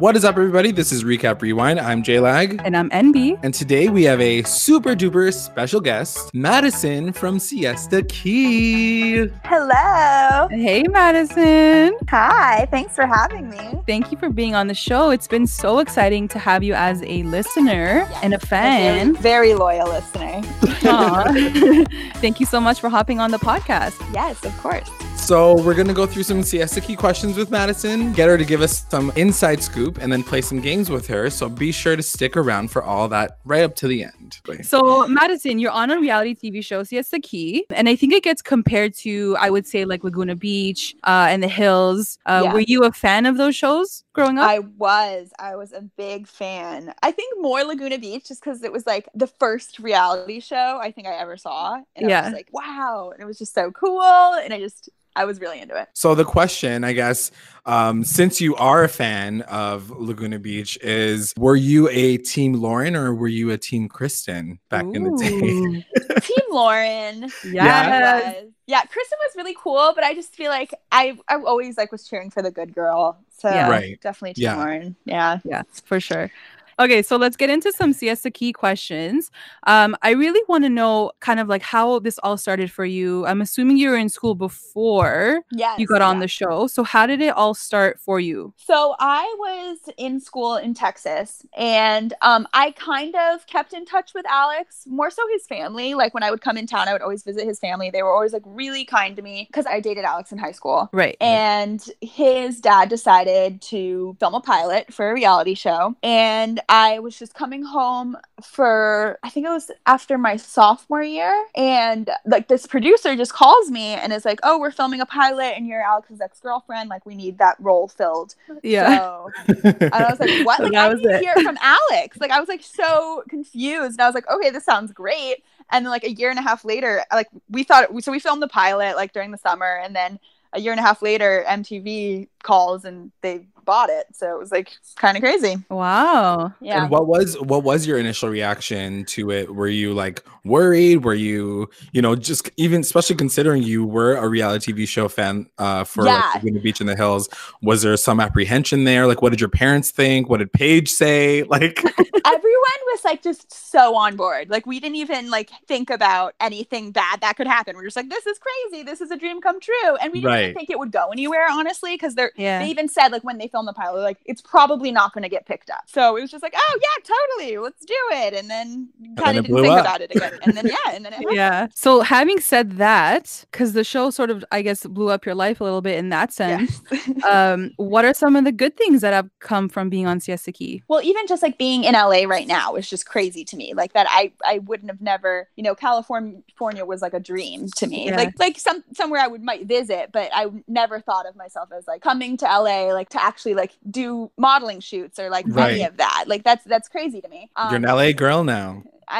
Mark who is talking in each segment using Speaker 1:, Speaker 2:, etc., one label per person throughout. Speaker 1: What is up, everybody? This is Recap Rewind. I'm J Lag.
Speaker 2: And I'm NB.
Speaker 1: And today we have a super duper special guest, Madison from Siesta Key.
Speaker 3: Hello.
Speaker 2: Hey, Madison.
Speaker 3: Hi. Thanks for having me.
Speaker 2: Thank you for being on the show. It's been so exciting to have you as a listener and a
Speaker 3: Very,
Speaker 2: fan.
Speaker 3: very loyal listener.
Speaker 2: Aw. Thank you so much for hopping on the podcast.
Speaker 3: Yes, of course.
Speaker 1: So, we're going to go through some Siesta Key questions with Madison, get her to give us some inside scoop, and then play some games with her. So, be sure to stick around for all that right up to the end.
Speaker 2: So, Madison, you're on a reality TV show, Siesta Key, and I think it gets compared to, I would say, like Laguna Beach uh, and The Hills. Uh,
Speaker 3: Yeah.
Speaker 2: Were you a fan of those shows growing up?
Speaker 3: I was. I was a big fan. I think more Laguna Beach just because it was like the first reality show I think I ever saw. And I
Speaker 2: Yeah.
Speaker 3: was like, wow. And it was just so cool. And I just, I was really into it.
Speaker 1: So the question, I guess, um, since you are a fan of Laguna Beach, is were you a team Lauren or were you a team Kristen back in the day?
Speaker 2: Ooh.
Speaker 3: Team Lauren.
Speaker 2: yes.
Speaker 3: was- Yeah, Kristen was really cool, but I just feel like I, I always like was cheering for the good girl. So
Speaker 2: Yeah.
Speaker 1: Right.
Speaker 3: definitely Team
Speaker 1: Yeah.
Speaker 3: Lauren. Yeah.
Speaker 2: Yes, for sure. Okay, so let's get into some Siesta Key questions. Um, I really want to know kind of like how this all started for you. I'm assuming you were in school before
Speaker 3: Yes.
Speaker 2: you got
Speaker 3: yeah.
Speaker 2: on the show. So how did it all start for you?
Speaker 3: So I was in school in Texas, and um, I kind of kept in touch with Alex, more so his family. Like when I would come in town, I would always visit his family. They were always like really kind to me because I dated Alex in high school.
Speaker 2: Right.
Speaker 3: And his dad decided to film a pilot for a reality show. And I was just coming home for, I think it was after my sophomore year. And like this producer just calls me and is like, oh, we're filming a pilot and you're Alex's ex girlfriend. Like we need that role filled.
Speaker 2: Yeah.
Speaker 3: So, and I was like, what?
Speaker 2: So
Speaker 3: Like,
Speaker 2: that
Speaker 3: I
Speaker 2: was
Speaker 3: didn't
Speaker 2: it.
Speaker 3: hear from Alex. Like, I was like so confused. And I was like, okay, this sounds great. And then, like, a year and a half later, like, we thought, so we filmed the pilot like during the summer. And then a year and a half later, MTV calls and they bought it. So it was like kind of crazy.
Speaker 2: Wow.
Speaker 3: Yeah.
Speaker 1: And what was what was your initial reaction to it? Were you like worried? Were you, you know, just even especially considering you were a reality TV show fan uh for like,
Speaker 3: Yeah.
Speaker 1: Laguna Beach and the Hills, was there some apprehension there? Like what did your parents think? What did Paige say? Like
Speaker 3: Uh-huh. everyone was like just so on board. Like we didn't even like think about anything bad that could happen. We're just like, this is crazy. This is a dream come true. And we didn't
Speaker 1: Right.
Speaker 3: even think it would go anywhere, honestly, because they're
Speaker 2: Yeah.
Speaker 3: they even said like when they film the pilot, like it's probably not going to get picked up. So it was just like, oh yeah, totally, let's do it. And then kind
Speaker 1: it
Speaker 3: of
Speaker 1: blew
Speaker 3: didn't think
Speaker 1: up.
Speaker 3: about it again. And then yeah, and then it
Speaker 2: Yeah. So having said that, because the show sort of, I guess, blew up your life a little bit in that
Speaker 3: happened.
Speaker 2: sense.
Speaker 3: Yes.
Speaker 2: Um, what are some of the good things that have come from being on Siesta Key?
Speaker 3: well, even just like being in LA right now is just crazy to me. Like that, I I wouldn't have never, you know, California California was like a dream to me.
Speaker 2: Yeah.
Speaker 3: Like like some somewhere I would might visit, but I never thought of myself as like coming to LA, like to actually like do modeling shoots or like any
Speaker 1: Right.
Speaker 3: of that. Like that's that's crazy to me. Um,
Speaker 1: you're an LA girl now.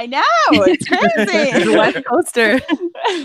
Speaker 3: I know it's crazy.
Speaker 2: West Coaster.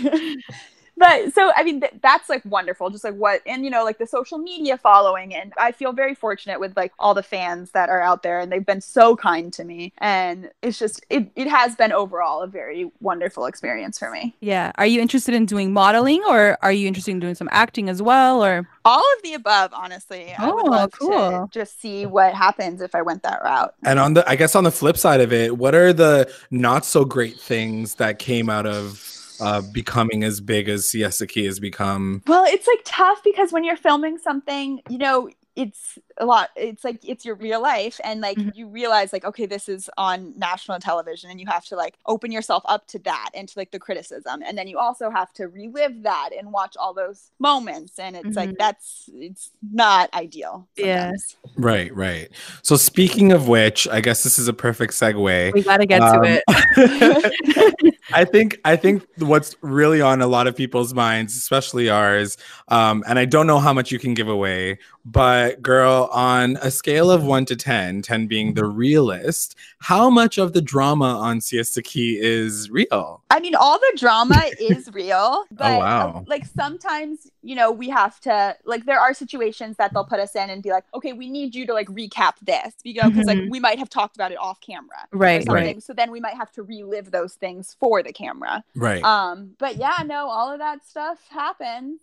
Speaker 3: but so i mean th- that's like wonderful just like what and you know like the social media following and i feel very fortunate with like all the fans that are out there and they've been so kind to me and it's just it, it has been overall a very wonderful experience for me
Speaker 2: Yeah. Are you interested in doing modeling or are you interested in doing some acting as well? Or
Speaker 3: all of the above honestly I would
Speaker 2: Oh,
Speaker 3: love to
Speaker 2: cool.
Speaker 3: just see what happens if i went that route
Speaker 1: And on the, I guess on the flip side of it, what are the not so great things that came out of uh, becoming as big as Siesta Key has become?
Speaker 3: Well, it's like tough because when you're filming something, you know, it's a lot. It's like it's your real life, and like
Speaker 2: Mhm.
Speaker 3: you realize, like, okay, this is on national television, and you have to like open yourself up to that and to like the criticism, and then you also have to relive that and watch all those moments, and it's like
Speaker 2: Mhm.
Speaker 3: that's it's not ideal.
Speaker 2: Yeah.
Speaker 3: sometimes.
Speaker 1: Right, right. So speaking of which, I guess this is a perfect segue.
Speaker 2: we got to get
Speaker 1: Um,
Speaker 2: to
Speaker 1: I think I think what's really on a lot of people's minds, especially ours, um, and I don't know how much you can give away, but girl, on a scale of one to 10, 10 being the realist, how much of the drama on Siesta Key is real?
Speaker 3: I mean, all the drama is real, but uh,
Speaker 1: wow.
Speaker 3: like sometimes, you know, we have to like there are situations that they'll put us in and be like, okay, we need need you to like recap this, you know, because like we might have talked about it off camera.
Speaker 2: Right,
Speaker 3: something.
Speaker 2: right.
Speaker 3: So then we might have to relive those things for the camera.
Speaker 1: Right.
Speaker 3: Um, but yeah, no, all of that stuff happens.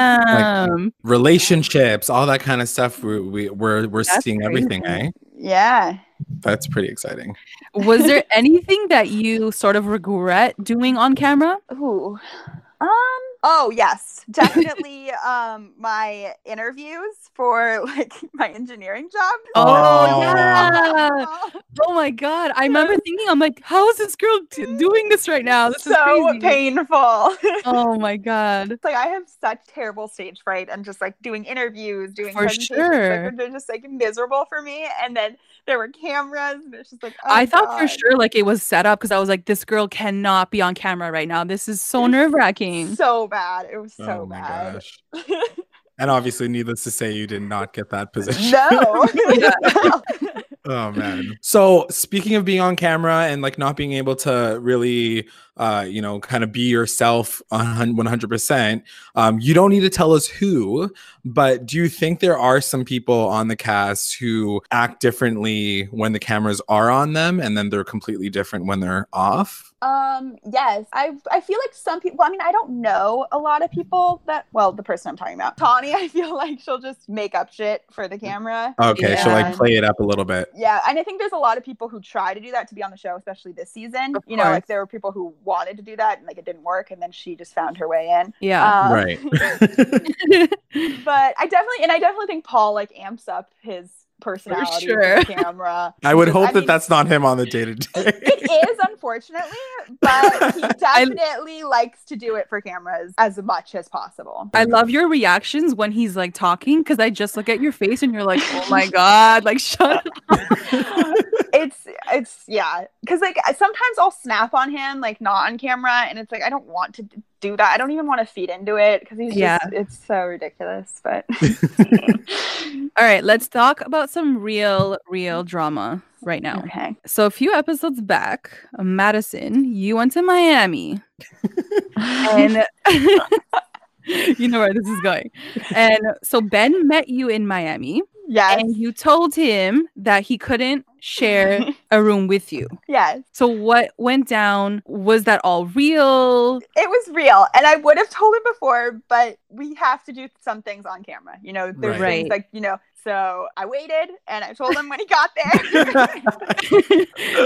Speaker 2: Damn.
Speaker 1: Relationships, all that kind of stuff. We, we, we're we're
Speaker 2: That's
Speaker 1: seeing everything,
Speaker 2: crazy.
Speaker 1: eh?
Speaker 3: Yeah.
Speaker 1: That's pretty exciting.
Speaker 2: Was there anything that you sort of regret doing on camera?
Speaker 3: Ooh. Um. Oh yes, definitely. um, my interviews for like my engineering job.
Speaker 1: Oh, Oh.
Speaker 2: yeah. Oh my god! I remember thinking, I'm like, how is this girl t- doing this right now? This is
Speaker 3: so
Speaker 2: crazy.
Speaker 3: painful. it's
Speaker 2: Oh my god!
Speaker 3: like I have such terrible stage fright, and just like doing interviews, doing
Speaker 2: For
Speaker 3: presentations,
Speaker 2: sure.
Speaker 3: like, they're just like miserable for me. And then there were cameras, and it's just like oh,
Speaker 2: I thought for
Speaker 3: God.
Speaker 2: sure like it was set up because I was like, this girl cannot be on camera right now. This is so nerve wracking.
Speaker 3: so bad. It was so
Speaker 1: oh my
Speaker 3: bad.
Speaker 1: gosh. And obviously, needless to say, you did not get that position.
Speaker 3: no.
Speaker 1: Oh man. So speaking of being on camera and like not being able to really uh you know kind of be yourself on hun- 100%, um you don't need to tell us who, but do you think there are some people on the cast who act differently when the cameras are on them and then they're completely different when they're off?
Speaker 3: Um, yes. I I feel like some people I mean, I don't know a lot of people that well, the person I'm talking about. Tawny, I feel like she'll just make up shit for
Speaker 1: Mm.
Speaker 3: the camera.
Speaker 1: Okay, she'll like
Speaker 3: Yeah.
Speaker 1: play it up a little bit.
Speaker 3: Yeah, and I think there's a lot of people who try to do that to be on the show, especially this season.
Speaker 2: Of
Speaker 3: you know,
Speaker 2: course.
Speaker 3: like there were people who wanted to do that and like it didn't work and then she just found her way in.
Speaker 2: Yeah.
Speaker 3: Um,
Speaker 1: Right.
Speaker 3: But I definitely and I definitely think Paul like amps up his personality with
Speaker 2: sure.
Speaker 3: the camera.
Speaker 1: I would
Speaker 3: I
Speaker 1: hope that
Speaker 3: mean-
Speaker 1: that's not him on the day to day.
Speaker 3: It is unfortunately, but he definitely likes to do it for cameras as much as possible.
Speaker 2: I love your reactions when he's like talking because I just look at your face and you're like, oh my god, like shut. up.
Speaker 3: it's it's yeah because like I- sometimes i'll snap on him like not on camera and it's like i don't want to d- do that i don't even want to feed into it because he's
Speaker 2: Yeah.
Speaker 3: just it's so ridiculous but
Speaker 2: All right, let's talk about some real, real drama right now.
Speaker 3: okay
Speaker 2: So a few episodes back, uh, Madison, you went to Miami, and you know where this is going. And so Ben met you in Miami,
Speaker 3: yes
Speaker 2: and you told him that he couldn't share a room with you.
Speaker 3: yes
Speaker 2: So what went down? Was that all real?
Speaker 3: it was real and i would have told him before but we have to do some things on camera you know there's
Speaker 1: Right.
Speaker 3: things like you know so i waited and i told him when he got there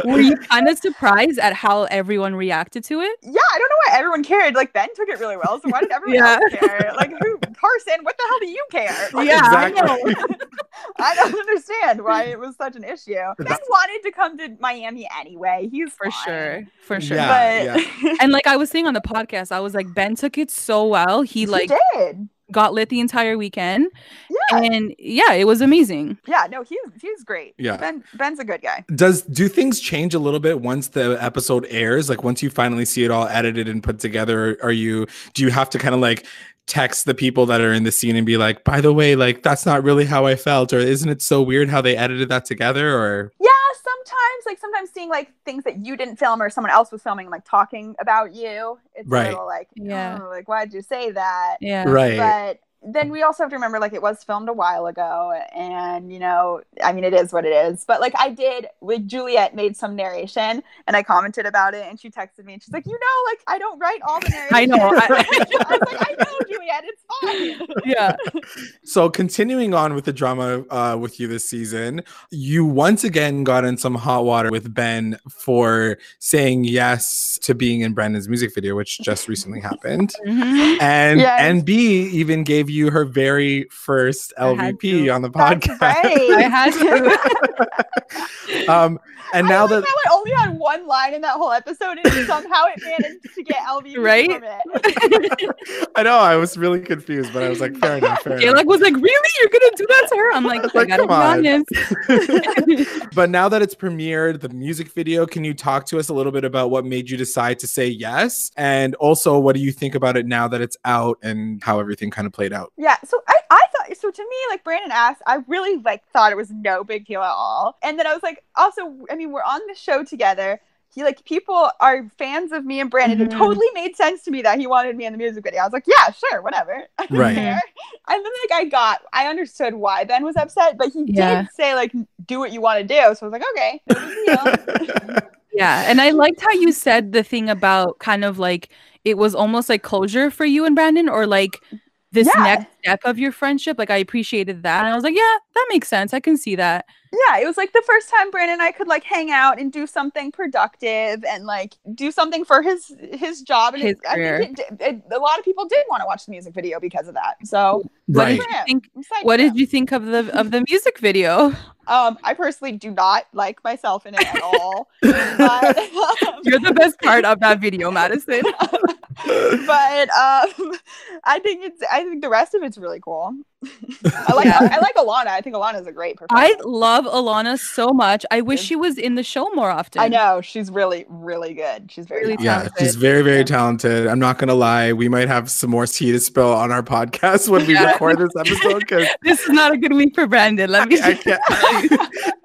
Speaker 2: Were you kind of surprised at how everyone reacted to it?
Speaker 3: Yeah, I don't know why everyone cared. Like Ben took it really well, so why did everyone
Speaker 2: Yeah.
Speaker 3: else care? Like who Carson, what the hell do you care? Like,
Speaker 2: Yeah,
Speaker 3: I
Speaker 1: Exactly.
Speaker 3: don't- I don't understand why it was such an issue. Ben wanted to come to Miami anyway. He's
Speaker 2: For
Speaker 3: fine.
Speaker 2: sure, for sure.
Speaker 1: Yeah.
Speaker 3: but
Speaker 2: And like I was saying on the podcast, I was like Ben took it so well. He
Speaker 3: he
Speaker 2: like
Speaker 3: did.
Speaker 2: got lit the entire weekend.
Speaker 3: Yeah.
Speaker 2: And yeah, it was amazing.
Speaker 3: Yeah, no, he's he's great.
Speaker 1: Yeah.
Speaker 3: Ben Ben's a good guy.
Speaker 1: does do things change a little bit once the episode airs like once you finally see it all edited and put together are you do you have to kind of like text the people that are in the scene and be like by the way like that's not really how i felt or isn't it so weird how they edited that together or
Speaker 3: Yeah, sometimes like sometimes seeing like things that you didn't film or someone else was filming like talking about you. It's
Speaker 1: Right.
Speaker 3: a little like
Speaker 2: Yeah.
Speaker 3: "Oh, like why'd you say that?
Speaker 2: Yeah.
Speaker 1: right
Speaker 3: But then we also have to remember, like, it was filmed a while ago, and you know, I mean, it is what it is. But like, I did with Juliet made some narration, and I commented about it, and she texted me, and she's like, you know, like, I don't write all the narration.
Speaker 2: I know, I-
Speaker 3: I was like, I know, Juliet, it's fine.
Speaker 2: Yeah.
Speaker 1: so continuing on with the drama uh, with you this season you once again got in some hot water with ben for saying yes to being in brandon's music video which just recently happened
Speaker 2: Mhm.
Speaker 1: and
Speaker 3: Yes.
Speaker 1: NB even gave you her very first
Speaker 2: I had
Speaker 1: LVP
Speaker 2: to.
Speaker 1: on the
Speaker 3: That's
Speaker 1: podcast.
Speaker 2: Oh, I
Speaker 3: right.
Speaker 2: had to.
Speaker 1: Um, and now
Speaker 3: I
Speaker 1: that
Speaker 3: like how I only had one line in that whole episode, and somehow it managed to get LV
Speaker 2: Right?
Speaker 3: from it.
Speaker 1: I know I was really confused, but I was like, fair enough, fair enough.
Speaker 2: Gaelic was like, really? You're gonna do that to her? I'm like,
Speaker 1: Like,
Speaker 2: I gotta
Speaker 1: come on."
Speaker 2: be honest.
Speaker 1: But now that it's premiered, the music video, can you talk to us a little bit about what made you decide to say yes? And also, what do you think about it now that it's out and how everything kind of played out?
Speaker 3: Yeah, so I, I thought so to me like Brandon asked, I really like thought it was no big deal at all. And then I was like, also, I mean, we're on the show together. he like people are fans of me and Brandon. It
Speaker 2: Mhm.
Speaker 3: totally made sense to me that he wanted me in the music video. I was like, yeah, sure, whatever. I don't
Speaker 1: Right.
Speaker 3: care. And then like I got I understood why Ben was upset, but he
Speaker 2: Yeah.
Speaker 3: did say like do what you want to do. So I was like, okay. no big deal.
Speaker 2: Yeah, and I liked how you said the thing about kind of like it was almost like closure for you and Brandon, or like this
Speaker 3: Yeah.
Speaker 2: next step of your friendship. Like I appreciated that, and I was like, yeah, that makes sense. I can see that.
Speaker 3: yeah, it was like the first time Brandon and I could like hang out and do something productive and like do something for his his job. And
Speaker 2: His
Speaker 3: it, I
Speaker 2: career.
Speaker 3: think it, did- it- a lot of people did want to watch the music video because of that. So
Speaker 2: What
Speaker 1: Right.
Speaker 2: did you
Speaker 3: Yeah.
Speaker 2: think?
Speaker 3: I'm psyched
Speaker 2: What
Speaker 3: for
Speaker 2: did
Speaker 3: him.
Speaker 2: you think of the of the music video?
Speaker 3: Um, I personally do not like myself in it at all. but, um,
Speaker 2: You're the best part of that video, Madison.
Speaker 3: but um, I think it's I think the rest of it's really cool. I like
Speaker 2: Yeah.
Speaker 3: I like Alana. I think Alana's a great performer.
Speaker 2: I love Alana so much. I wish she was in the show more often.
Speaker 3: I know she's really really good. She's very
Speaker 2: Really
Speaker 3: talented.
Speaker 1: yeah,
Speaker 2: talented.
Speaker 1: she's very, very talented. I'm not gonna lie. We might have some more tea to spill on our podcast when we
Speaker 2: Yeah.
Speaker 1: record this episode because
Speaker 2: This is not a good week for Brandon. Let me.
Speaker 1: I can't.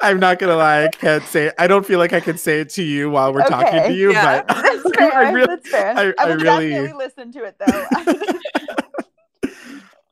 Speaker 1: I'm not gonna lie. I can't say. I don't feel like I could say it to you while we're talking
Speaker 3: Okay,
Speaker 1: to you.
Speaker 2: yeah.
Speaker 1: But
Speaker 3: That's fair.
Speaker 1: I really-
Speaker 3: That's fair.
Speaker 1: I-
Speaker 3: I,
Speaker 1: I
Speaker 3: will
Speaker 1: really-
Speaker 3: definitely listen to it though.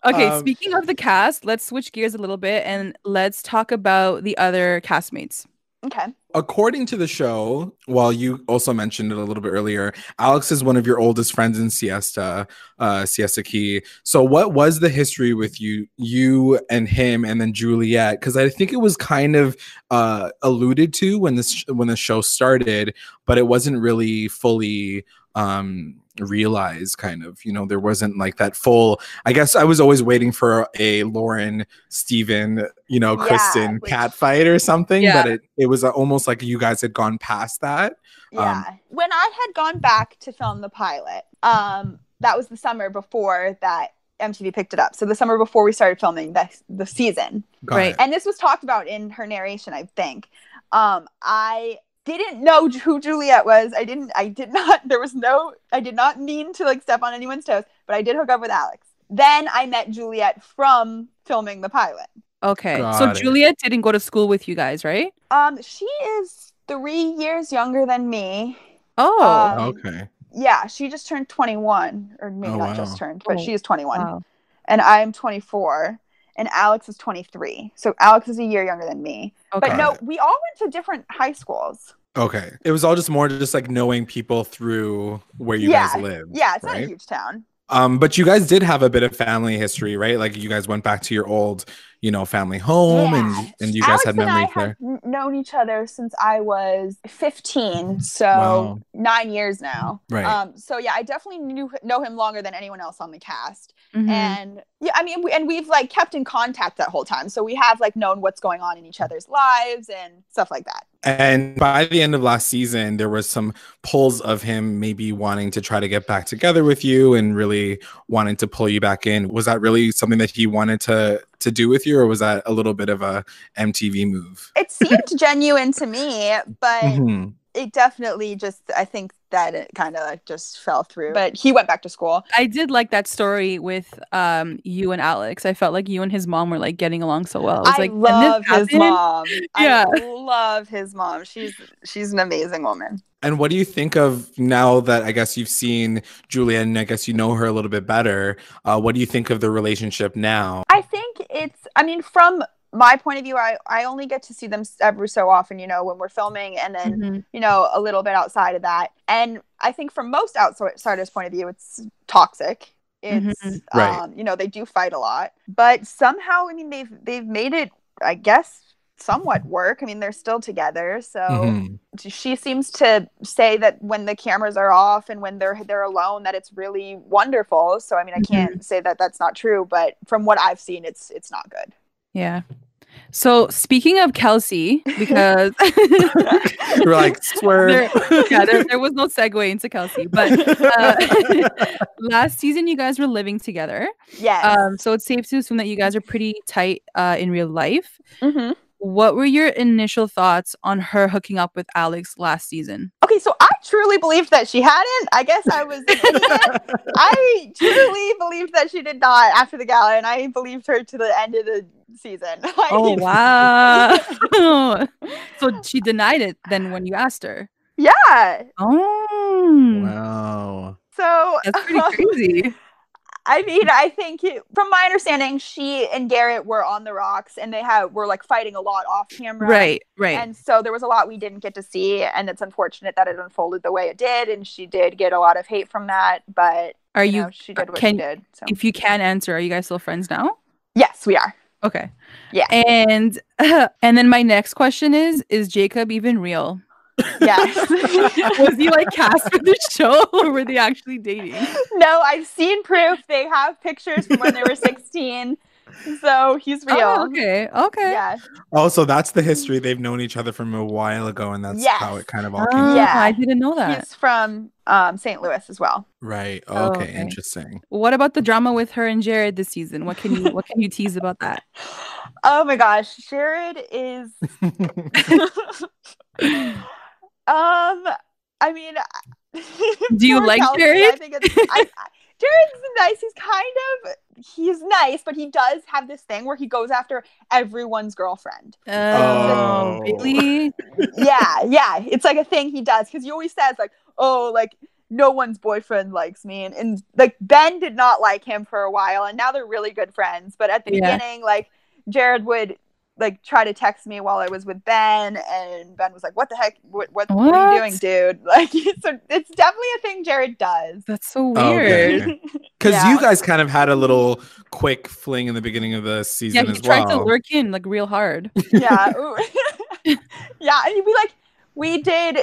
Speaker 2: Okay,
Speaker 1: Um,
Speaker 2: speaking of the cast, let's switch gears a little bit and let's talk about the other castmates.
Speaker 3: okay.
Speaker 1: according to the show, while you also mentioned it a little bit earlier, Alex is one of your oldest friends in Siesta, uh, Siesta Key. So, what was the history with you, you and him, and then Juliet? Because I think it was kind of uh, alluded to when this when the show started, but it wasn't really fully um realized kind of you know there wasn't like that full i guess i was always waiting for a lauren Steven, you know,
Speaker 3: Yeah,
Speaker 1: Kristen
Speaker 3: which-
Speaker 1: cat fight or something.
Speaker 2: Yeah.
Speaker 1: But it, it was uh, almost like you guys had gone past that.
Speaker 3: Yeah. when I had gone back to film the pilot, um, that was the summer before that MTV picked it up. So the summer before we started filming the the season,
Speaker 1: Got
Speaker 2: Right.
Speaker 1: it.
Speaker 3: and this was talked about in her narration, I think. Um, I didn't know who Juliet was. I didn't. I did not. There was no. I did not mean to like step on anyone's toes, but I did hook up with Alex. Then I met Juliet from filming the pilot.
Speaker 2: Okay, so
Speaker 1: Got it.
Speaker 2: Juliet didn't go to school with you guys, right?
Speaker 3: Um, she is three years younger than me.
Speaker 2: Oh,
Speaker 3: Uh,
Speaker 1: Okay.
Speaker 3: Yeah, she just turned 21, or maybe
Speaker 1: Oh,
Speaker 3: not
Speaker 1: wow.
Speaker 3: just turned, but
Speaker 2: Oh,
Speaker 3: she is 21.
Speaker 2: wow.
Speaker 3: And I'm 24, and Alex is 23. So Alex is a year younger than me.
Speaker 2: okay.
Speaker 1: Got
Speaker 3: But no,
Speaker 1: it.
Speaker 3: we all went to different high schools.
Speaker 1: Okay. It was all just more just like knowing people through where you
Speaker 3: Yeah.
Speaker 1: guys live.
Speaker 3: Yeah, it's not a
Speaker 1: right?
Speaker 3: huge town.
Speaker 1: Um, but you guys did have a bit of family history, right? Like you guys went back to your old, you know, family home and, and you guys
Speaker 3: Alex
Speaker 1: had
Speaker 3: and I
Speaker 1: memories
Speaker 3: have
Speaker 1: there.
Speaker 3: n- known each other since I was 15, so
Speaker 1: Wow.
Speaker 3: nine years now.
Speaker 1: Right.
Speaker 3: Um, so yeah, I definitely knew know him longer than anyone else on the cast.
Speaker 2: Mhm.
Speaker 3: and yeah i mean we, and we've like kept in contact that whole time so we have like known what's going on in each other's lives and stuff like that
Speaker 1: And by the end of last season, there was some pulls of him maybe wanting to try to get back together with you and really wanting to pull you back in. Was that really something that he wanted to to do with you, or was that a little bit of a MTV move?
Speaker 3: it seemed genuine to me but
Speaker 1: Mhm.
Speaker 3: it definitely just i think that it kind of like just fell through but he went back to school
Speaker 2: I did like that story with um you and Alex. I felt like you and his mom were like getting along so well. I was
Speaker 3: i
Speaker 2: like, "Can this
Speaker 3: love his
Speaker 2: happen?"
Speaker 3: mom
Speaker 2: Yeah.
Speaker 3: i love his mom she's she's an amazing woman
Speaker 1: And what do you think of now that I guess you've seen Julia and I guess you know her a little bit better? Uh, what do you think of the relationship now?
Speaker 3: I think it's, I mean, from my point of view, I, I only get to see them s- every so often, you know, when we're filming and then,
Speaker 2: Mhm.
Speaker 3: you know, a little bit outside of that. And I think from most outsiders' point of view, it's toxic. It's,
Speaker 2: Mhm.
Speaker 1: Right.
Speaker 3: um, you know, they do fight a lot, but somehow, I mean, they've, they've made it, I guess, somewhat work. I mean, they're still together. So
Speaker 2: Oh.
Speaker 3: Mm-hmm.
Speaker 1: Mhm.
Speaker 3: she seems to say that when the cameras are off and when they're they're alone that it's really wonderful so i mean i can't say that that's not true but from what i've seen it's it's not good
Speaker 2: Yeah. So speaking of Kelsey, because
Speaker 1: We're like swerve.
Speaker 2: there, yeah, there, there was no segue into Kelsey, but uh, last season you guys were living together.
Speaker 3: yes
Speaker 2: Um, so it's safe to assume that you guys are pretty tight uh, in real life.
Speaker 3: Mhm.
Speaker 2: What were your initial thoughts on her hooking up with Alex last season?
Speaker 3: okay so i truly believed that she hadn't i guess i was an idiot. i truly believed that she did not after the gala and i believed her to the end of the season I
Speaker 2: Oh
Speaker 3: mean,
Speaker 2: wow! so she denied it then when you asked her.
Speaker 3: Yeah.
Speaker 2: Oh,
Speaker 1: Wow.
Speaker 3: So
Speaker 2: that's pretty crazy.
Speaker 3: I mean, I think it, from my understanding, she and Garrett were on the rocks, and they had were like fighting a lot off camera.
Speaker 2: Right, right.
Speaker 3: And so there was a lot we didn't get to see, and it's unfortunate that it unfolded the way it did, and she did get a lot of hate from that. But
Speaker 2: are
Speaker 3: you,
Speaker 2: you,
Speaker 3: know, she did what
Speaker 2: can-
Speaker 3: she did. So
Speaker 2: if you can answer, are you guys still friends now?
Speaker 3: yes, we are.
Speaker 2: Okay.
Speaker 3: Yeah.
Speaker 2: And and then my next question is: Is Jacob even real?
Speaker 3: Yes.
Speaker 2: Was he like cast for the show, or were they actually dating?
Speaker 3: no, I've seen proof. They have pictures from when they were sixteen, so he's real.
Speaker 2: Oh, okay. Okay.
Speaker 3: Yeah.
Speaker 1: Also, Oh, that's the history. They've known each other from a while ago, and that's
Speaker 3: Yes.
Speaker 1: how it kind of all came.
Speaker 2: Oh,
Speaker 3: Yeah.
Speaker 2: I didn't know that.
Speaker 3: He's from um, St. Louis as well.
Speaker 1: Right.
Speaker 2: Oh,
Speaker 1: Okay.
Speaker 2: okay.
Speaker 1: Interesting.
Speaker 2: What about the drama with her and Jared this season? What can you what can you tease about that?
Speaker 3: Oh my gosh, Jared is. um, I mean,
Speaker 2: Do you
Speaker 3: poor
Speaker 2: like
Speaker 3: Kelsey,
Speaker 2: Jared?
Speaker 3: I think it's. I, I, Jared's nice. He's kind of. He's nice, but he does have this thing where he goes after everyone's girlfriend.
Speaker 1: Oh.
Speaker 2: really?
Speaker 3: yeah, yeah, it's like a thing he does because he always says like, "Oh, like." No one's boyfriend likes me, and, and like Ben did not like him for a while, and now they're really good friends. But at the
Speaker 2: Yeah.
Speaker 3: beginning, like Jared would like try to text me while I was with Ben, and Ben was like, "What the heck? What, what, what are you doing,
Speaker 2: What?
Speaker 3: dude?" Like, so it's definitely a thing Jared does.
Speaker 2: That's so
Speaker 1: Okay.
Speaker 2: weird.
Speaker 1: Because
Speaker 3: Yeah.
Speaker 1: you guys kind of had a little quick fling in the beginning of the
Speaker 2: Yeah,
Speaker 1: season
Speaker 2: he
Speaker 1: as
Speaker 2: tried
Speaker 1: well.
Speaker 2: to lurk in like real hard.
Speaker 3: yeah, ooh. yeah. I mean, we like we did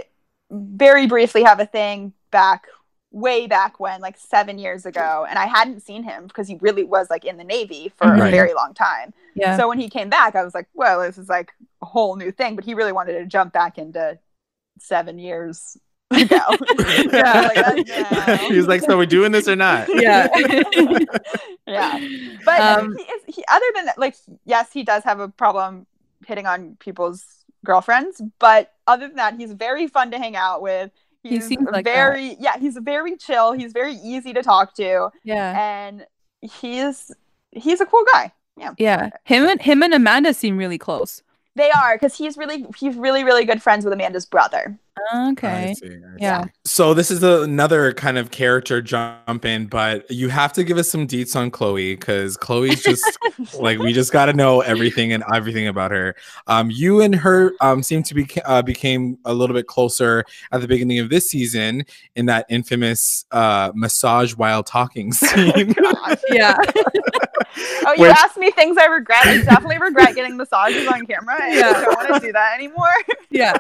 Speaker 3: very briefly have a thing back way back when, like seven years ago, and I hadn't seen him because he really was like in the Navy for
Speaker 2: Right.
Speaker 3: a very long time.
Speaker 2: Yeah.
Speaker 3: So when he came back, I was like, well, this is like a whole new thing. But he really wanted to jump back into seven years ago.
Speaker 2: Yeah,
Speaker 3: like, that's-
Speaker 1: he was like, "So we doing this or not?"
Speaker 2: yeah.
Speaker 3: yeah. But
Speaker 2: Um,
Speaker 3: he is, he, other than that, like, yes, he does have a problem hitting on people's girlfriends. But other than that, he's very fun to hang out with.
Speaker 2: He
Speaker 3: He's
Speaker 2: seems like that.
Speaker 3: very, yeah, he's very chill. He's very easy to talk to.
Speaker 2: yeah.
Speaker 3: And he's, he's a cool guy.
Speaker 2: Yeah. Him and him and Amanda seem really close.
Speaker 3: They are because he's really he's really really good friends with Amanda's brother.
Speaker 1: I
Speaker 2: Okay.
Speaker 1: see, I
Speaker 2: Yeah.
Speaker 1: see. So this is another kind of character jump in, but you have to give us some deets on Chloe because Chloe's just like we just got to know everything and everything about her. Um, you and her um seem to be uh, became a little bit closer at the beginning of this season in that infamous uh massage while talking scene.
Speaker 3: Gosh.
Speaker 2: Yeah.
Speaker 3: Oh, you
Speaker 1: Which-
Speaker 3: asked me things I regret. I definitely regret getting massages on camera. and
Speaker 2: Yeah.
Speaker 3: I don't want to do that anymore.
Speaker 2: Yeah.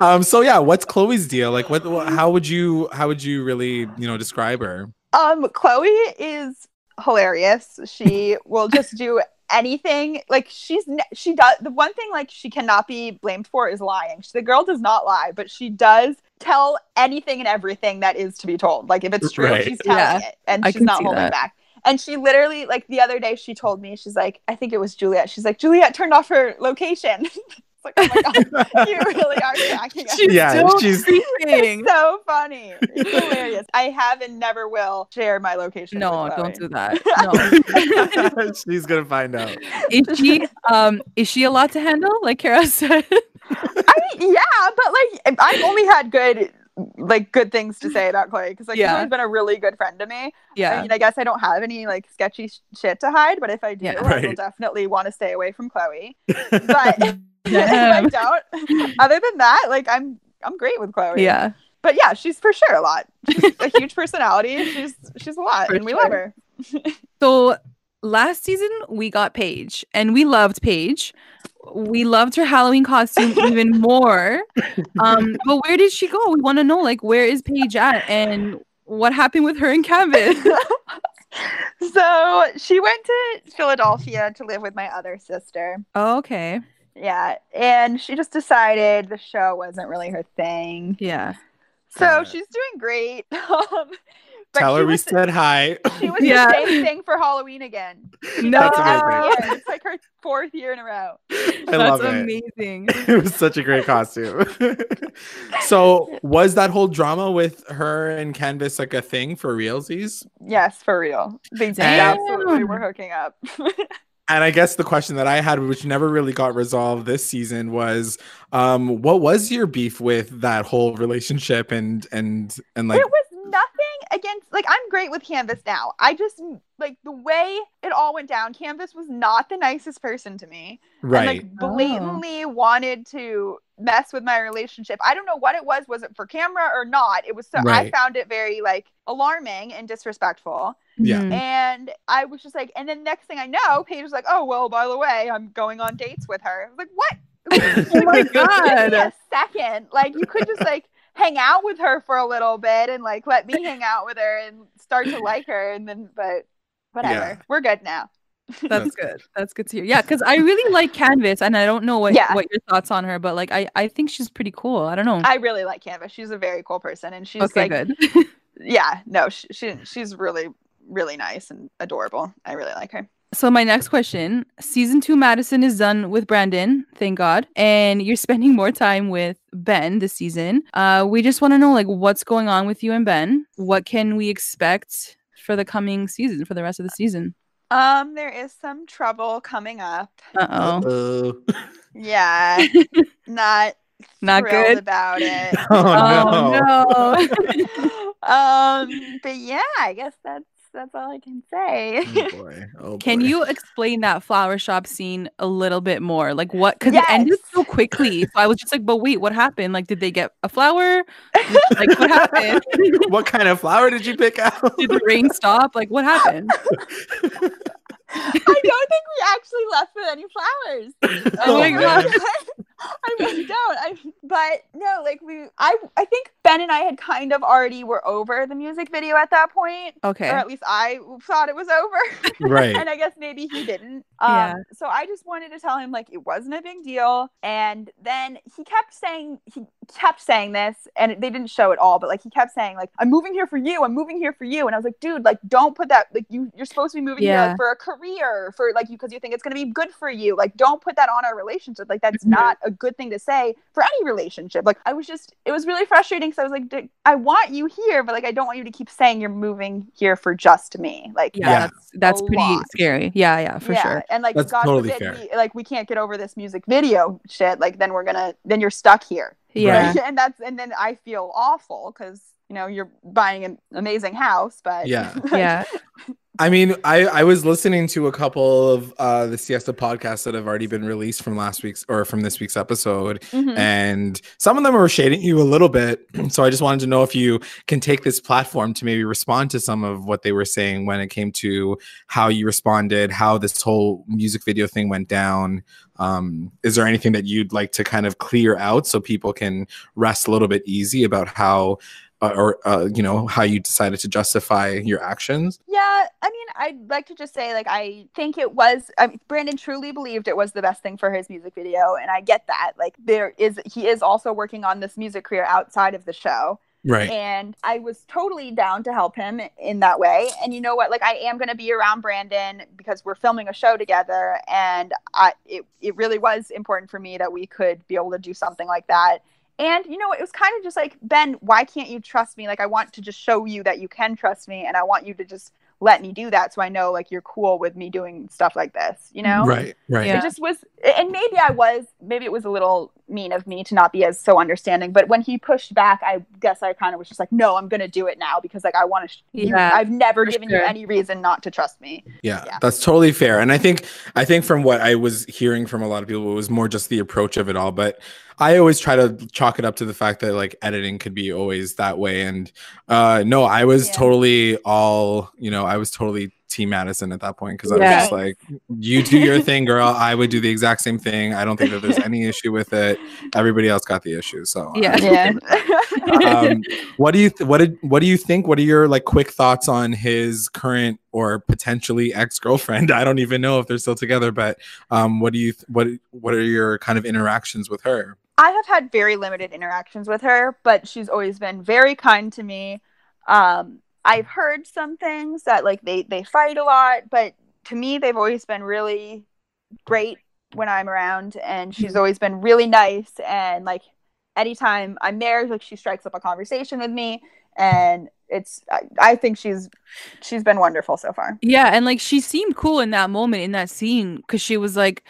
Speaker 1: um, so yeah, what's Chloe's deal? Like, what? what- How would you? How would you really you know describe her?
Speaker 3: Um, Chloe is hilarious. She will just do anything. Like she's ne- she does the one thing like she cannot be blamed for is lying. She, the girl does not lie, but she does tell anything and everything that is to be told. Like if it's true,
Speaker 1: Right.
Speaker 3: she's telling it, and
Speaker 2: I
Speaker 3: she's
Speaker 2: can
Speaker 3: not
Speaker 2: see
Speaker 3: holding
Speaker 2: that.
Speaker 3: back. And she literally, like the other day, she told me, she's like, I think it was Juliet. She's like, Juliet turned off her location. it's like, oh my god, you really are cracking up.
Speaker 2: She's
Speaker 1: Yeah,
Speaker 2: still
Speaker 1: she's-
Speaker 2: creeping.
Speaker 3: So funny. It's hilarious. I have and never will share my location.
Speaker 2: No,
Speaker 3: with
Speaker 2: don't do
Speaker 3: Chloe.
Speaker 2: that. No.
Speaker 1: She's gonna find out.
Speaker 2: Is she um is she a lot to handle? Like Kara said.
Speaker 3: I mean, yeah, but like I've only had good like good things to say about Chloe because like
Speaker 2: Yeah.
Speaker 3: Chloe's been a really good friend to me. I
Speaker 2: Yeah.
Speaker 3: mean, I guess I don't have any like sketchy sh- shit to hide, but if I do,
Speaker 2: Yeah.
Speaker 3: I will
Speaker 1: Right.
Speaker 3: definitely want to stay away from Chloe. But if I
Speaker 2: Damn.
Speaker 3: don't, other than that, like I'm I'm great with Chloe.
Speaker 2: Yeah.
Speaker 3: But yeah, she's for sure a lot. She's a huge personality. She's she's a lot,
Speaker 2: For
Speaker 3: and we love
Speaker 2: sure.
Speaker 3: her.
Speaker 2: So last season we got Paige and we loved Paige. We loved her Halloween costume even more. Um, but where did she go? We want to know like where is Paige at and what happened with her and Kevin?
Speaker 3: so she went to Philadelphia to live with my other sister.
Speaker 2: Oh, okay.
Speaker 3: Yeah. And she just decided the show wasn't really her thing.
Speaker 2: Yeah.
Speaker 3: So
Speaker 1: Got it.
Speaker 3: she's doing great. Um, but
Speaker 1: Tell
Speaker 3: she
Speaker 1: her we
Speaker 3: was,
Speaker 1: said hi.
Speaker 3: she was
Speaker 2: Yeah.
Speaker 3: the same thing for Halloween again.
Speaker 2: No.
Speaker 1: That's amazing.
Speaker 3: Every year. It's like her fourth year in a row.
Speaker 1: I love
Speaker 2: That's
Speaker 1: it.
Speaker 2: amazing.
Speaker 1: It was such a great costume. so, was that whole drama with her and Canvas like a thing for realsies?
Speaker 3: Yes, for real. They
Speaker 2: Damn.
Speaker 3: absolutely were hooking up.
Speaker 1: And I guess the question that I had, which never really got resolved this season, was um, what was your beef with that whole relationship and and and like
Speaker 3: it was nothing against like I'm great with Canvas now. I just like the way it all went down, Canvas was not the nicest person to me.
Speaker 1: right?
Speaker 3: And, like blatantly wanted to mess with my relationship. I don't know what it was. Was it for camera or not? It was so I
Speaker 1: Right.
Speaker 3: found it very like alarming and disrespectful.
Speaker 1: Yeah.
Speaker 2: Mhm.
Speaker 3: And I was just like, and then next thing I know, Paige was like, oh well, by the way, I'm going on dates with her. I was like, what?
Speaker 2: Oh my
Speaker 3: Give me
Speaker 2: god.
Speaker 3: a second. Like you could just like hang out with her for a little bit and like let me hang out with her and start to like her and then but whatever.
Speaker 1: Yeah.
Speaker 3: We're good now.
Speaker 2: That's good. That's good to hear. Yeah, because I really like Canvas, and I don't know what
Speaker 3: Yeah.
Speaker 2: what your thoughts on her, but like I I think she's pretty cool. I don't know.
Speaker 3: I really like Canva. She's a very cool person and she's
Speaker 2: okay,
Speaker 3: like
Speaker 2: good.
Speaker 3: yeah, no, she, she she's really really nice and adorable. I really like her.
Speaker 2: So my next question: Season two, Madison is done with Brandon, thank God, and you're spending more time with Ben this season. Uh, we just want to know like what's going on with you and Ben. What can we expect for the coming season, for the rest of the season?
Speaker 3: Um there is some trouble coming up.
Speaker 2: Uh oh,
Speaker 1: Uh-oh.
Speaker 3: Yeah. not
Speaker 2: Not
Speaker 3: thrilled
Speaker 2: good?
Speaker 3: about it.
Speaker 1: Oh, no.
Speaker 2: Oh, no.
Speaker 3: um but yeah, I guess that's that's all I can say.
Speaker 2: Hmm.
Speaker 1: Oh, boy. Oh,
Speaker 2: Can
Speaker 1: boy.
Speaker 2: you explain that flower shop scene a little bit more? Like what? Because it ended so
Speaker 3: Yes.
Speaker 2: quickly. So I was just like, but wait, what happened? Like, did they get a flower? Like, what happened?
Speaker 1: what kind of flower did you pick out?
Speaker 2: Did the rain stop? Like, what happened?
Speaker 3: I don't think we actually left with any flowers.
Speaker 2: Oh my
Speaker 1: man.
Speaker 2: God.
Speaker 3: I really don't. I but no, like we I I think Ben and I had kind of already were over the music video at that point.
Speaker 2: Okay.
Speaker 3: Or at least I thought it was over.
Speaker 1: Right.
Speaker 3: and I guess maybe he didn't. Um,
Speaker 2: Yeah.
Speaker 3: So I just wanted to tell him like it wasn't a big deal. And then he kept saying he kept saying this, and they didn't show it all, but like he kept saying like I'm moving here for you. I'm moving here for you. And I was like, dude, like don't put that like you you're supposed to be moving here
Speaker 2: Yeah.
Speaker 3: like, for a career for like you because you think it's gonna be good for you. Like don't put that on our relationship. Like that's
Speaker 2: Mhm.
Speaker 3: not a good thing to say for any relationship. Like I was just it was really frustrating because I was like, "Dude, I want you here, but like I don't want you to keep saying you're moving here for just me. Like
Speaker 2: yeah,
Speaker 1: Yeah.
Speaker 2: that's that's
Speaker 3: A
Speaker 2: pretty
Speaker 3: lot.
Speaker 2: scary. Yeah, yeah, for
Speaker 3: yeah,
Speaker 2: sure.
Speaker 3: And like
Speaker 1: That's
Speaker 3: God
Speaker 1: totally
Speaker 3: forbid,
Speaker 1: fair.
Speaker 3: we, like we can't get over this music video shit. Like then we're gonna then you're stuck here.
Speaker 2: Yeah.
Speaker 1: Right.
Speaker 3: and that's and then I feel awful because you know you're buying an amazing house, but
Speaker 1: Yeah.
Speaker 2: Yeah.
Speaker 1: I mean, I, I was listening to a couple of uh, the Siesta podcasts that have already been released from last week's or from this week's episode,
Speaker 3: Mhm.
Speaker 1: and some of them were shading you a little bit. So I just wanted to know if you can take this platform to maybe respond to some of what they were saying when it came to how you responded, how this whole music video thing went down. Um, is there anything that you'd like to kind of clear out so people can rest a little bit easy about how? Uh, or uh, you know how you decided to justify your actions
Speaker 3: Yeah, I mean, I'd like to just say, like, I think it was. I mean, Brandon truly believed it was the best thing for his music video, and I get that. Like, there is he is also working on this music career outside of the show,
Speaker 1: right
Speaker 3: and I was totally down to help him in that way. And you know what? Like, I am going to be around Brandon because we're filming a show together, and I it it really was important for me that we could be able to do something like that. And you know, what? it was kind of just like Ben, why can't you trust me? Like, I want to just show you that you can trust me, and I want you to just let me do that, so I know like you're cool with me doing stuff like this. You know?
Speaker 1: Right, right.
Speaker 2: Yeah.
Speaker 3: It just was, and maybe I was, maybe it was a little mean of me to not be as so understanding. But when he pushed back, I guess I kind of was just like, no, I'm gonna do it now because like I want to. Sh- you-
Speaker 2: Yeah,
Speaker 3: I've never
Speaker 2: for
Speaker 3: given
Speaker 2: sure.
Speaker 3: you any reason not to trust me.
Speaker 1: Yeah,
Speaker 3: Yeah.
Speaker 1: that's totally fair. And I think I think from what I was hearing from a lot of people, it was more just the approach of it all. But I always try to chalk it up to the fact that like editing could be always that way. And uh no, I was
Speaker 3: Yeah.
Speaker 1: totally all you know, I was totally team Madison at that point because I
Speaker 2: Yeah.
Speaker 1: was just like, you do your thing, girl. I would do the exact same thing. I don't think that there's any issue with it. Everybody else got the issue. So I-
Speaker 2: Yeah.
Speaker 3: Yeah.
Speaker 1: um, what do you th- what did what do you think? What are your like quick thoughts on his current or potentially ex girlfriend? I don't even know if they're still together, but um, what do you th- what what are your kind of interactions with her?
Speaker 3: I have had very limited interactions with her, but she's always been very kind to me. Um, I've heard some things that like they they fight a lot, but to me they've always been really great when I'm around and she's always been really nice and like anytime I'm there like she strikes up a conversation with me and it's I, I think she's she's been wonderful so far.
Speaker 2: Yeah, and like she seemed cool in that moment in that scene because she was like,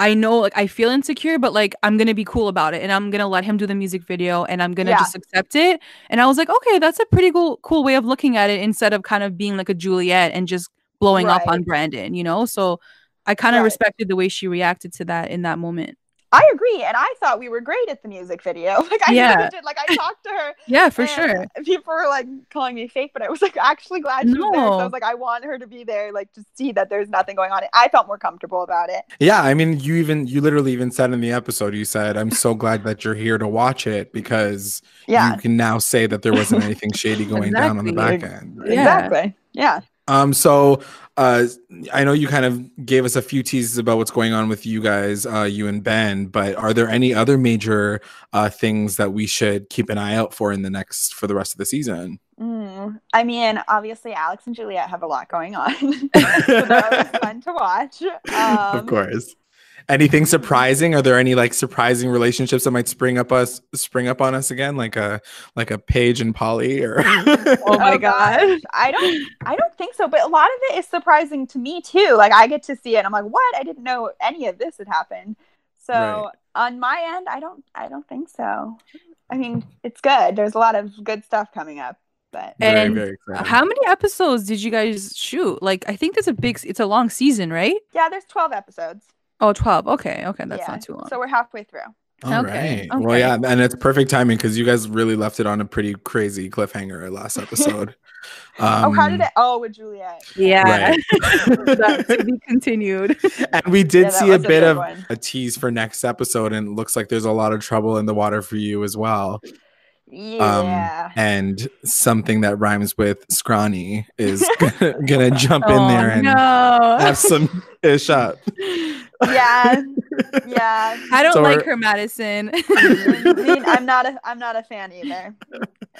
Speaker 2: I know like I feel insecure, but like I'm gonna be cool about it and I'm gonna let him do the music video and I'm gonna
Speaker 3: Yeah.
Speaker 2: just accept it. And I was like, okay, that's a pretty cool cool way of looking at it instead of kind of being like a Juliet and just blowing up
Speaker 3: Right.
Speaker 2: on Brandon, you know? So I kind of
Speaker 3: Right.
Speaker 2: respected the way she reacted to that in that moment.
Speaker 3: I agree, and I thought we were great at the music video. Like I
Speaker 2: Yeah.
Speaker 3: really did. Like I talked to her
Speaker 2: Yeah, for
Speaker 3: and
Speaker 2: sure.
Speaker 3: People were like calling me fake, but I was like actually glad she was there. So I
Speaker 2: No.
Speaker 3: was like, I want her to be there, like to see that there's nothing going on. I felt more comfortable about it.
Speaker 1: Yeah, I mean, you even you literally even said in the episode, you said, "I'm so glad that you're here to watch it because
Speaker 3: Yeah,
Speaker 1: you can now say that there wasn't anything shady going down on the
Speaker 2: Exactly.
Speaker 1: back end."
Speaker 2: Yeah.
Speaker 3: exactly. Yeah,
Speaker 1: Um, so uh, I know you kind of gave us a few teases about what's going on with you guys, uh, you and Ben, but are there any other major uh, things that we should keep an eye out for in the next for the rest of the season?
Speaker 3: Mm. I mean, obviously, Alex and Juliet have a lot going on. so they're always fun to watch. Um,
Speaker 1: of course. Anything surprising? Are there any like surprising relationships that might spring up us spring up on us again, like a like a Paige and Polly or
Speaker 2: Oh my
Speaker 3: gosh.
Speaker 2: god.
Speaker 3: I don't, I don't think so. But a lot of it is surprising to me too. Like I get to see it, and I'm like, what? I didn't know any of this had happened. So
Speaker 1: Right.
Speaker 3: on my end, I don't, I don't think so. I mean, it's good. There's a lot of good stuff coming up, but
Speaker 1: very
Speaker 2: And
Speaker 1: very exciting.
Speaker 2: How many episodes did you guys shoot? Like I think that's a big s- it's a long season, right?
Speaker 3: yeah, there's 12 episodes.
Speaker 2: Oh, 12. Okay, okay, that's
Speaker 3: Yeah.
Speaker 2: not too long.
Speaker 3: So we're halfway through.
Speaker 1: All
Speaker 2: Okay,
Speaker 1: right. Well,
Speaker 2: okay.
Speaker 1: yeah, and it's perfect timing because you guys really left it on a pretty crazy cliffhanger last episode.
Speaker 3: oh, how
Speaker 1: Um,
Speaker 3: did it? Oh, with Juliet.
Speaker 2: yeah.
Speaker 1: Right.
Speaker 2: That to be continued.
Speaker 1: and we did
Speaker 3: Yeah, that
Speaker 1: see a
Speaker 3: was
Speaker 1: bit
Speaker 3: good
Speaker 1: of
Speaker 3: one.
Speaker 1: a tease for next episode, and it looks like there's a lot of trouble in the water for you as well. um,
Speaker 3: Yeah.
Speaker 1: And something that rhymes with scrawny is gonna, gonna jump in
Speaker 2: Oh,
Speaker 1: there and
Speaker 2: no.
Speaker 1: have some ish up.
Speaker 3: yeah, yeah.
Speaker 2: I don't
Speaker 1: So
Speaker 2: like
Speaker 1: we're-
Speaker 2: her, Madison.
Speaker 3: I mean, I'm not a I'm not a fan either.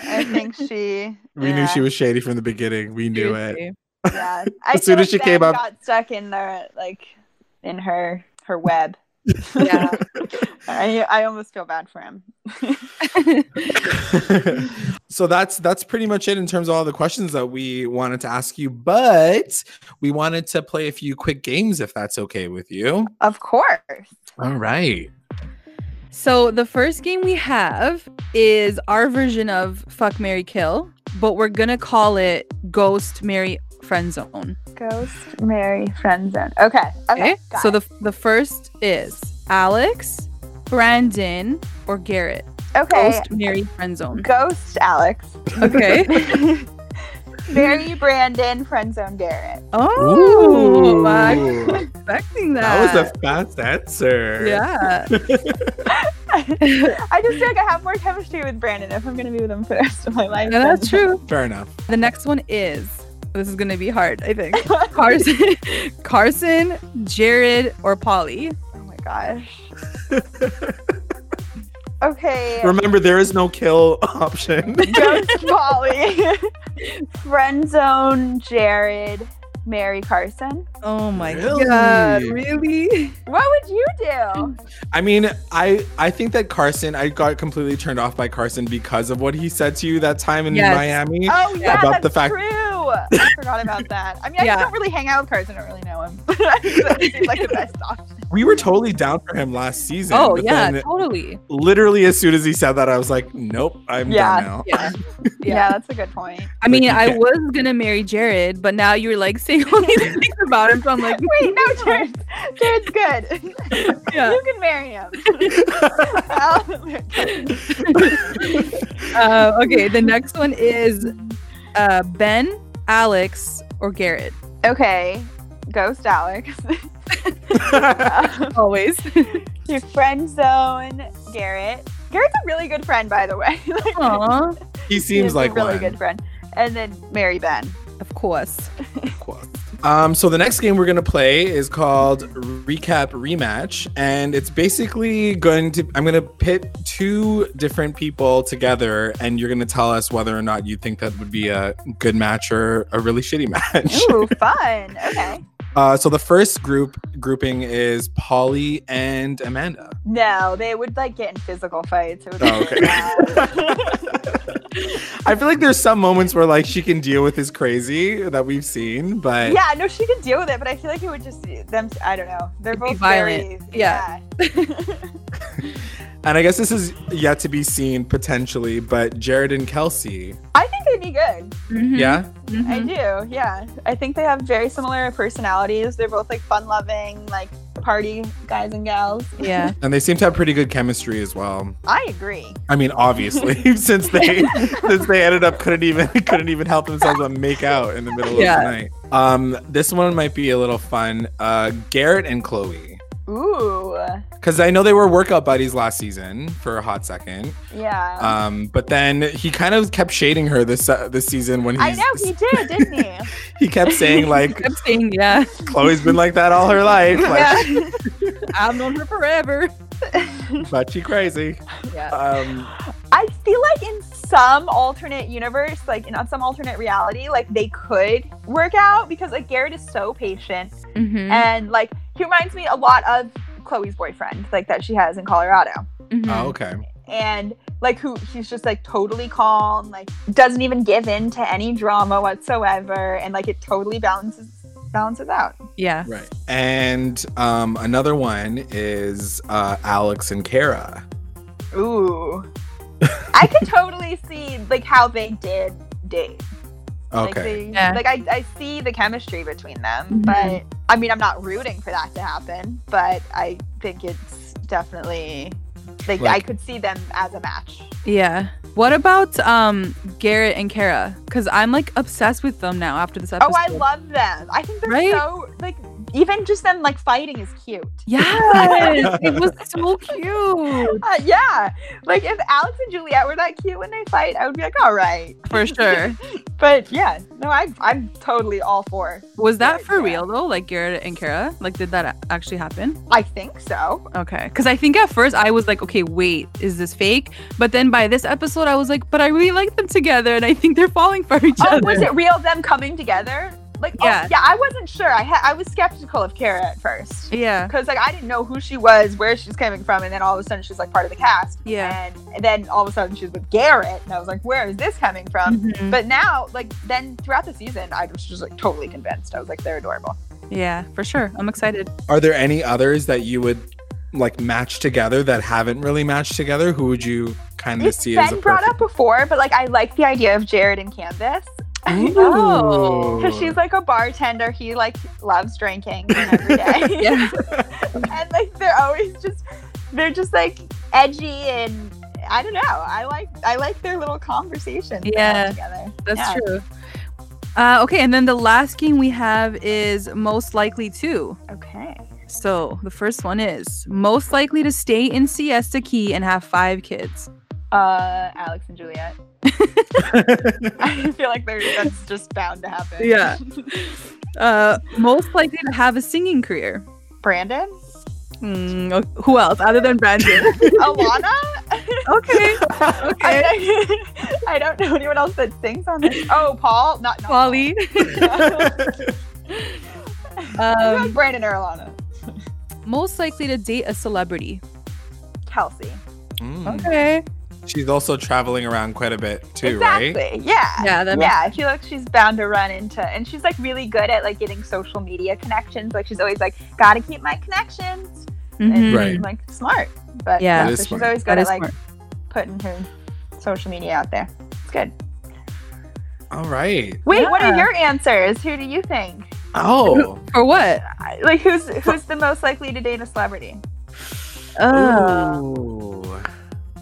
Speaker 3: I think she.
Speaker 1: We
Speaker 3: yeah,
Speaker 1: knew she was shady from the beginning. We knew it.
Speaker 2: Seriously.
Speaker 3: Yeah. I
Speaker 1: As soon
Speaker 3: feel
Speaker 1: as
Speaker 3: like
Speaker 1: she came
Speaker 3: Ben
Speaker 1: up-
Speaker 3: got stuck in there, like in her her web.
Speaker 2: Yeah.
Speaker 3: I I almost feel bad for him.
Speaker 1: so that's that's pretty much it in terms of all the questions that we wanted to ask you but we wanted to play a few quick games if that's okay with you
Speaker 3: Of course.
Speaker 1: all right
Speaker 2: So the first game we have is our version of Fuck Mary Kill, but we're gonna call it Ghost Mary Friend Zone.
Speaker 3: Ghost Mary friend zone. Okay. Okay.
Speaker 2: Okay.
Speaker 3: got
Speaker 2: Eh? so
Speaker 3: it.
Speaker 2: the the first is Alex, Brandon, or Garrett.
Speaker 3: okay.
Speaker 2: Ghost Mary Friend Zone.
Speaker 3: Ghost Alex.
Speaker 2: Okay.
Speaker 3: Mary Brandon friend zone Garrett.
Speaker 2: Oh, I
Speaker 1: Ooh.
Speaker 2: was expecting that.
Speaker 1: that was a fast answer
Speaker 2: yeah.
Speaker 3: I just feel like I have more chemistry with Brandon if I'm gonna be with him for the rest of my life.
Speaker 2: Yeah, that's
Speaker 3: than-
Speaker 2: true.
Speaker 1: fair enough
Speaker 2: The next one is this is gonna be hard, I think. Carson, Carson, Jared, or Polly.
Speaker 3: Oh my gosh. okay.
Speaker 1: remember there is no kill option
Speaker 3: Ghost Molly. Friend zone Jared. Mary Carson.
Speaker 2: Oh my
Speaker 1: Really?
Speaker 2: god, really?
Speaker 3: What would you do?
Speaker 1: i mean i i think that carson i got completely turned off by carson because of what he said to you that time in
Speaker 2: Yes. Uh,
Speaker 1: miami
Speaker 3: Oh yeah,
Speaker 1: About
Speaker 3: that's
Speaker 1: the fact-
Speaker 3: true. I forgot about that. I mean, I
Speaker 2: Yeah.
Speaker 3: don't really hang out with Carson. I don't really know him. It seems like the best option.
Speaker 1: we were totally down for him last season
Speaker 2: Oh
Speaker 1: but
Speaker 2: yeah,
Speaker 1: then
Speaker 2: totally.
Speaker 1: literally as soon as he said that i was like nope i'm
Speaker 3: Yeah.
Speaker 1: done now
Speaker 2: Yeah.
Speaker 3: Yeah.
Speaker 2: Yeah.
Speaker 3: that's a good point.
Speaker 2: I mean,
Speaker 1: you
Speaker 2: I
Speaker 1: can't-
Speaker 2: was gonna marry Jared, but now you're like saying all these things about him. So I'm like,
Speaker 3: Wait, no, Jared. Jared's good.
Speaker 2: yeah.
Speaker 3: You can marry him. I'll-
Speaker 2: Uh, okay, the next one is uh, Ben, Alex, or Garrett.
Speaker 3: Okay, Ghost Alex. Um,
Speaker 2: Always.
Speaker 3: your friend zone, Garrett. Garrett's a really good friend, by the way. Like,
Speaker 2: Aw,
Speaker 1: he
Speaker 3: he
Speaker 1: seems
Speaker 3: is
Speaker 1: like
Speaker 3: a really
Speaker 1: one.
Speaker 3: good friend. And then Mary Ben.
Speaker 2: of course.
Speaker 1: Cool. Um, so the next game we're gonna play is called Recap Rematch, and it's basically going to I'm gonna pit two different people together, and you're gonna tell us whether or not you think that would be a good match or a really shitty match.
Speaker 3: Ooh, fun. Okay.
Speaker 1: Uh, so the first group grouping is Polly and Amanda.
Speaker 3: No, they would like get in physical fights. It was
Speaker 1: Oh, okay.
Speaker 3: really bad.
Speaker 1: I feel like there's some moments where like she can deal with his crazy that we've seen, but
Speaker 3: Yeah, no, she could deal with it, but I feel like it would just them. I don't know. They're
Speaker 2: It'd be
Speaker 3: both
Speaker 2: violent.
Speaker 3: very-
Speaker 2: Yeah.
Speaker 1: and I guess this is yet to be seen potentially, but Jared and Kelsey.
Speaker 3: I think they'd be good.
Speaker 2: Mhm,
Speaker 1: Yeah?
Speaker 2: mhm.
Speaker 3: I do. Yeah, I think they have very similar personalities. They're both like fun-loving, like party guys and gals.
Speaker 2: Yeah.
Speaker 1: And they seem to have pretty good chemistry as well.
Speaker 3: I agree.
Speaker 1: I mean, obviously, since they since they ended up couldn't even couldn't even help themselves but make out in the middle
Speaker 2: Yeah.
Speaker 1: of the night. Um, this one might be a little fun. Uh, Garrett and Chloe,
Speaker 3: Ooh.
Speaker 1: because I know they were workout buddies last season for a hot second.
Speaker 3: Yeah.
Speaker 1: Um, but then he kind of kept shading her this uh, this season when he's,
Speaker 3: I know he did, didn't he?
Speaker 1: he kept saying like
Speaker 2: I'm saying, yeah.
Speaker 1: Chloe's been like that all her life, like,
Speaker 2: yeah. I've known her forever.
Speaker 1: but she crazy.
Speaker 2: Yeah.
Speaker 1: Um,
Speaker 3: I feel like in some alternate universe, like in some alternate reality, like they could work out because like Garrett is so patient
Speaker 2: Mhm,
Speaker 3: and like he reminds me a lot of Chloe's boyfriend, like that she has in Colorado.
Speaker 2: mhm.
Speaker 1: oh, okay.
Speaker 3: And like who she's just like totally calm, like doesn't even give in to any drama whatsoever, and like it totally balances balances out.
Speaker 2: Yeah.
Speaker 1: Right. And um, another one is uh, Alex and Kara.
Speaker 3: Ooh. I could totally see like how they did date. Like,
Speaker 1: Okay.
Speaker 3: they,
Speaker 2: Yeah.
Speaker 3: like I, I see the chemistry between them,
Speaker 2: Mhm.
Speaker 3: but I mean, I'm not rooting for that to happen, but I think it's definitely like, I
Speaker 1: Like-
Speaker 3: could see them as a match.
Speaker 2: Yeah. What about um Garrett and Kara? Because I'm like obsessed with them now after this episode.
Speaker 3: Oh, I love them. I think they're
Speaker 2: Right?
Speaker 3: so like even just them like fighting is cute.
Speaker 2: Yes, it was so cute
Speaker 3: Uh, yeah, like if Alex and Juliet were that cute when they fight, I would be like, all right.
Speaker 2: for sure.
Speaker 3: But yeah, no, I, I'm totally all for.
Speaker 2: Was that
Speaker 3: Yeah,
Speaker 2: for
Speaker 3: yeah.
Speaker 2: real though? Like Garrett and Kara? Like, did that a- actually happen?
Speaker 3: I think so.
Speaker 2: Okay. Because I think at first I was like, okay, wait, is this fake? But then by this episode, I was like, but I really like them together, and I think they're falling for each
Speaker 3: Oh,
Speaker 2: other.
Speaker 3: was it real them coming together? Like, oh,
Speaker 2: Yeah.
Speaker 3: yeah, I wasn't sure. I ha- I was skeptical of Kara at first.
Speaker 2: Yeah.
Speaker 3: because like I didn't know who she was, where she's coming from, and then all of a sudden she's like part of the cast.
Speaker 2: Yeah.
Speaker 3: And, and then all of a sudden she's with Garrett, and I was like, where is this coming from?
Speaker 2: Mhm.
Speaker 3: But now, like then throughout the season, I was just like totally convinced. I was like, they're adorable.
Speaker 2: Yeah, for sure. I'm excited.
Speaker 1: Are there any others that you would like match together that haven't really matched together? Who would you kind of
Speaker 3: It's
Speaker 1: see as a
Speaker 3: been brought
Speaker 1: perfect?
Speaker 3: up before, but like I like the idea of Jared and Candace.
Speaker 2: Oh.
Speaker 3: Because she's like a bartender. He like loves drinking every day.
Speaker 2: Yeah.
Speaker 3: and like they're always just they're just like edgy and I don't know. I like I like their little conversations. they have
Speaker 2: Yeah.
Speaker 3: together.
Speaker 2: That's
Speaker 3: Yeah.
Speaker 2: true. Uh, okay, and then the last game we have is most likely to.
Speaker 3: Okay.
Speaker 2: So the first one is most likely to stay in Siesta Key and have five kids.
Speaker 3: Uh, Alex and Juliet. I feel like they're, that's just bound to happen.
Speaker 2: Yeah. Uh, most likely to have a singing career.
Speaker 3: Brandon,
Speaker 2: Hmm, o- who else other than Brandon?
Speaker 3: Alana.
Speaker 2: okay,
Speaker 3: I,
Speaker 2: okay.
Speaker 3: I, I don't know anyone else that sings on this. Oh, Paul, not not
Speaker 2: Polly.
Speaker 3: Paul. I feel like
Speaker 2: Um,
Speaker 3: Brandon or Alana.
Speaker 2: most likely to date a celebrity.
Speaker 3: Kelsey.
Speaker 1: Mm.
Speaker 2: Okay.
Speaker 1: She's also traveling around quite a bit too,
Speaker 3: exactly.
Speaker 1: right?
Speaker 3: Yeah.
Speaker 2: Yeah, that makes
Speaker 3: yeah, I feel like she's bound to run into, and she's like really good at like getting social media connections. Like she's always like, gotta keep my connections,
Speaker 2: Mhm.
Speaker 3: and
Speaker 1: Right.
Speaker 3: she's, like smart. But
Speaker 2: Yeah.
Speaker 3: yeah,
Speaker 1: That
Speaker 3: so
Speaker 1: is
Speaker 3: she's
Speaker 1: smart.
Speaker 3: always
Speaker 2: That
Speaker 3: good at
Speaker 2: is
Speaker 3: like
Speaker 2: smart.
Speaker 3: putting her social media out there. It's good.
Speaker 1: All right.
Speaker 3: Wait, what are
Speaker 2: Yeah.
Speaker 3: your answers? Who do you think?
Speaker 1: Oh.
Speaker 2: For what?
Speaker 3: I- Like, who's who's the most likely to date a celebrity?
Speaker 2: Uh,
Speaker 1: Ooh.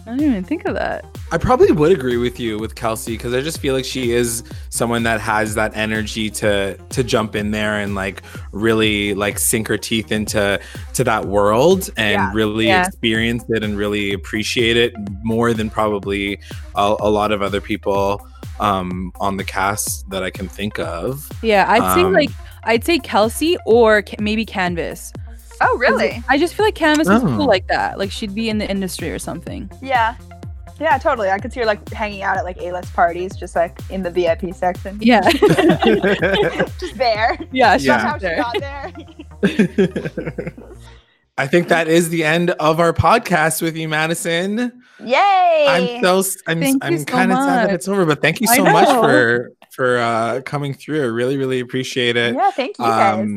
Speaker 2: I didn't even think of that.
Speaker 1: I probably would agree with you with Kelsey because I just feel like she is someone that has that energy to to jump in there and like really like sink her teeth into to that world and
Speaker 3: Yeah.
Speaker 1: really
Speaker 2: Yeah.
Speaker 1: experience it and really appreciate it more than probably a, a lot of other people um, on the cast that I can think of.
Speaker 2: Yeah, I'd say
Speaker 1: Um,
Speaker 2: like I'd say Kelsey or ca- maybe Canvas. 'Cause
Speaker 3: Oh, really?
Speaker 2: I just feel like Canvas is
Speaker 1: Oh.
Speaker 2: cool like that. Like she'd be in the industry or something.
Speaker 3: Yeah, yeah, totally. I could see her like hanging out at like A-list parties, just like in the VIP section.
Speaker 2: Yeah,
Speaker 3: just there.
Speaker 2: yeah, she's
Speaker 1: Yeah.
Speaker 3: Somehow
Speaker 2: out there.
Speaker 3: she got there.
Speaker 1: I think that is the end of our podcast with you, Madison.
Speaker 3: Yay!
Speaker 1: I'm so I'm
Speaker 2: Thank you
Speaker 1: I'm
Speaker 2: so
Speaker 1: kind of sad that
Speaker 2: much.
Speaker 1: it's over, but thank you
Speaker 2: I
Speaker 1: so much
Speaker 3: know.
Speaker 1: for for uh, coming through. I really really appreciate it. Um,
Speaker 3: yeah, thank you guys.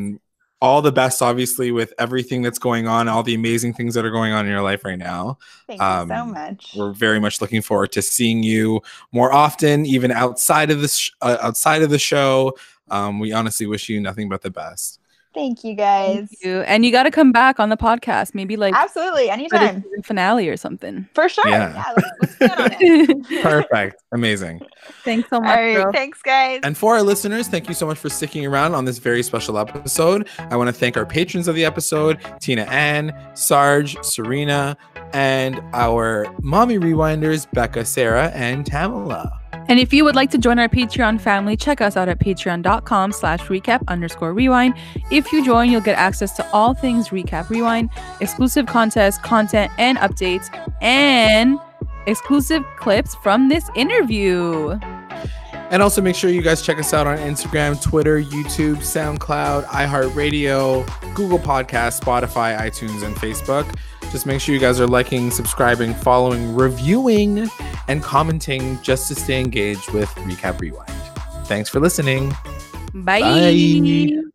Speaker 1: all the best, obviously, with everything that's going on, all the amazing things that are going on in your life right now.
Speaker 3: thank you so
Speaker 1: um,
Speaker 3: much.
Speaker 1: We're very much looking forward to seeing you more often, even outside of the sh- uh, outside of the show. Um, we honestly wish you nothing but the best.
Speaker 3: Thank you guys.
Speaker 2: Thank you. And you got to come back on the podcast, maybe like
Speaker 3: Absolutely,
Speaker 2: for the
Speaker 3: anytime.
Speaker 2: season finale or something.
Speaker 3: For sure.
Speaker 1: Yeah.
Speaker 3: Yeah, let's, let's plan on it.
Speaker 1: Perfect, amazing.
Speaker 2: Thanks so
Speaker 3: All
Speaker 2: much.
Speaker 3: right,
Speaker 2: girl.
Speaker 3: thanks guys.
Speaker 1: And for our listeners, thank you so much for sticking around on this very special episode. I want to thank our patrons of the episode Tina Ann, Sarge, Serena, and our mommy rewinders, Becca, Sarah, and Tamala.
Speaker 2: And if you would like to join our Patreon family, check us out at patreon.com slash recap underscore rewind. If you join, you'll get access to all things recap rewind, exclusive contests, content, and updates, and exclusive clips from this interview.
Speaker 1: And also make sure you guys check us out on Instagram, Twitter, YouTube, SoundCloud, iHeartRadio, Google Podcasts, Spotify, iTunes, and Facebook. Just make sure you guys are liking, subscribing, following, reviewing, and commenting just to stay engaged with Recap Rewind. Thanks for listening.
Speaker 2: Bye.
Speaker 1: Bye.